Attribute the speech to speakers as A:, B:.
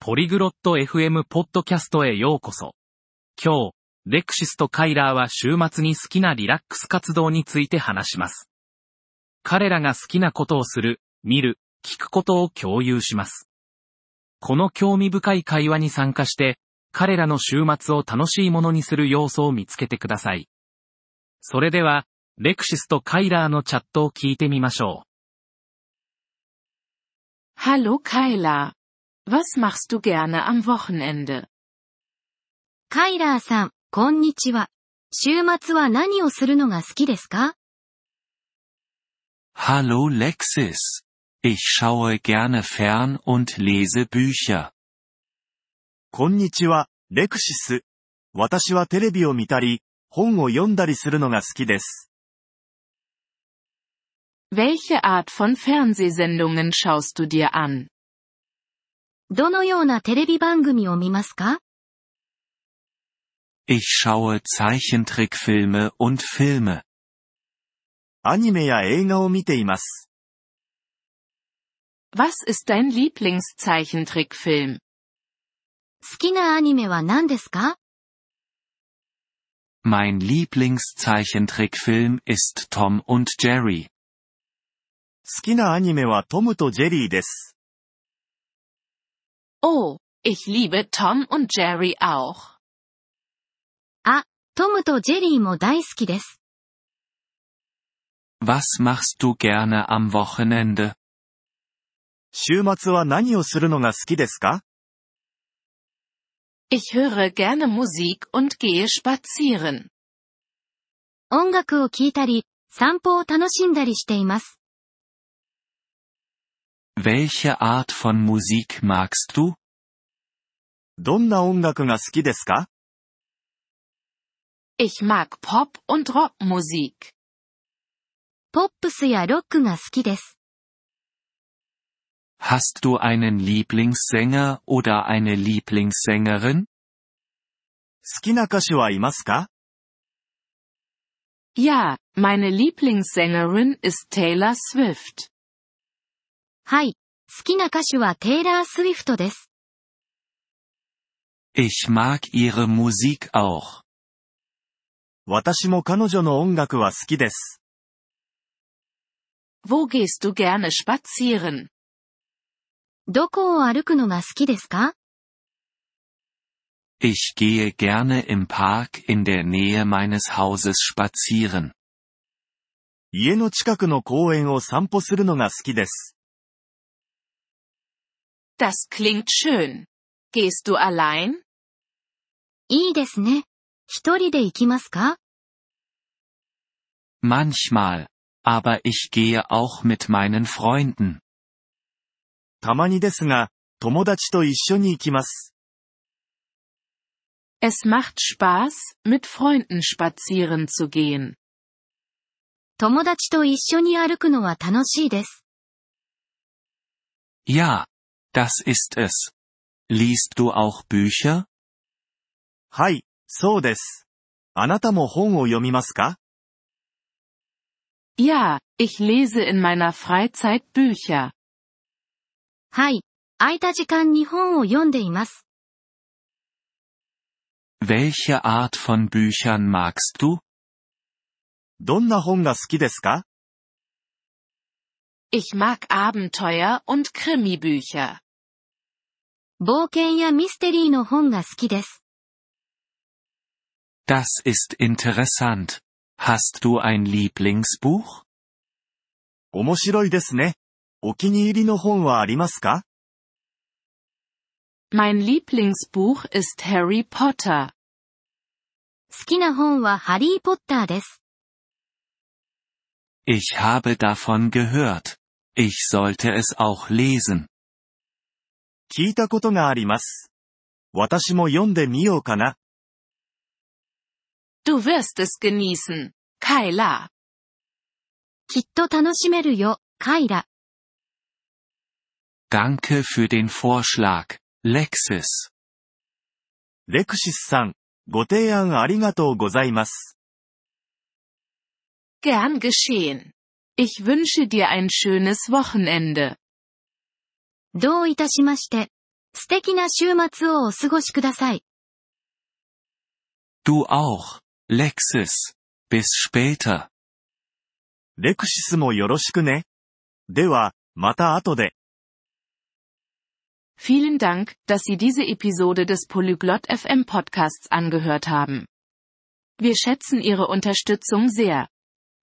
A: ポリグロット FM ポッドキャストへようこそ。今日、レクシスとカイラーは週末に好きなリラックス活動について話します。彼らが好きなことをする、見る、聞くことを共有します。この興味深い会話に参加して、彼らの週末を楽しいものにする要素を見つけてください。それでは、レクシスとカイラーのチャットを聞いてみましょ
B: Hallo Kyla. Was machst du gerne am Wochenende?
C: カイラーさん、こんにちは。週末は何をするのが好きですか
D: Hallo Lexis. Ich schaue gerne fern und lese Bücher.
E: こんにちは、レクシス。私はテレビを見たり、本を読んだりするのが好きです。
B: Welche Art von Fernsehsendungen schaust du dir an?
C: どのようなテレビ番組を見ますか
D: Ich schaue Zeichentrickfilme und Filme.
E: アニメや映画を見ています。
B: Was ist dein Lieblingszeichentrickfilm?
C: 好きなアニメは何ですか
D: Mein Lieblingszeichentrickfilm ist Tom und Jerry.
E: 好きなアニメはトムとジェリーです。
B: Oh, ich liebe Tom und Jerry auch.
C: トムとジェリーも大好きです。
D: Was machst du gerne am Wochenende?
E: 週末は何をするのが好きですか
B: Ich höre gerne Musik und gehe spazieren.
C: 音楽を聴いたり、散歩を楽しんだりしています。
D: Welche Art von Musik magst du?
E: どんな音楽が好きですか
B: Ich mag Pop- und Rockmusik.
C: ポップスやロックが好きです。
D: Hast du einen Lieblingssänger oder eine Lieblingssängerin?
E: 好きな歌手はいますか
B: Ja, meine Lieblingssängerin ist Taylor Swift.
C: はい。好きな歌手はテイラー・スウィフトです。
D: Ich mag ihre Musik auch.
E: 私も彼女の音楽は好きです。
B: Wo gehst du gerne spazieren?
C: どこを歩くのが好きですか
D: Ich gehe gerne im Park in der Nähe meines Hauses spazieren.
E: 家の近くの公園を散歩するのが好きです。
B: Das klingt schön. Gehst du allein?
C: いいですね。一人で行きますか
D: Manchmal. Aber ich gehe auch mit meinen Freunden.
E: たまにですが、友達と一緒に行きます。
B: Es macht Spaß, mit Freunden spazieren zu gehen.
C: 友達と一緒に歩くのは楽しいです。
D: Ja. Das ist es. Liest du auch Bücher?
E: はい、そうです。あなたも本を読みますか
B: Ja, ich lese in meiner Freizeit Bücher.
C: はい。空いた時間に本を読んでいます。
D: Welche Art von Büchern magst du?
E: どんな本が好きですか
B: Ich mag Abenteuer und Krimibücher.
C: 冒険やミステリーの本が好きです。
D: Das ist interessant. Hast du ein Lieblingsbuch?
E: 面白いですね。お気に入りの本はありますか
B: Mein Lieblingsbuch ist Harry Potter.
C: 好きな本はハリーポッターです。
D: Ich habe davon gehört. Ich sollte es auch lesen.
E: 聞いたことがあります。私も読んでみようかな。
B: Du wirst es genießen. Kyla.
C: きっと楽しめるよ、カイラ。
D: Danke für den Vorschlag, Lexis.
E: レクシスさん、ご提案ありがとうございます。
B: Gern geschehen. Ich wünsche dir ein schönes Wochenende.
C: どういたしまして。素敵な週末をお過ごしください。
D: Du auch, Lexis. Bis später.
E: レクシスもよろしくね。では、また後で。
B: Vielen Dank, dass Sie diese Episode des Polyglot FM Podcasts angehört haben. Wir schätzen Ihre Unterstützung sehr.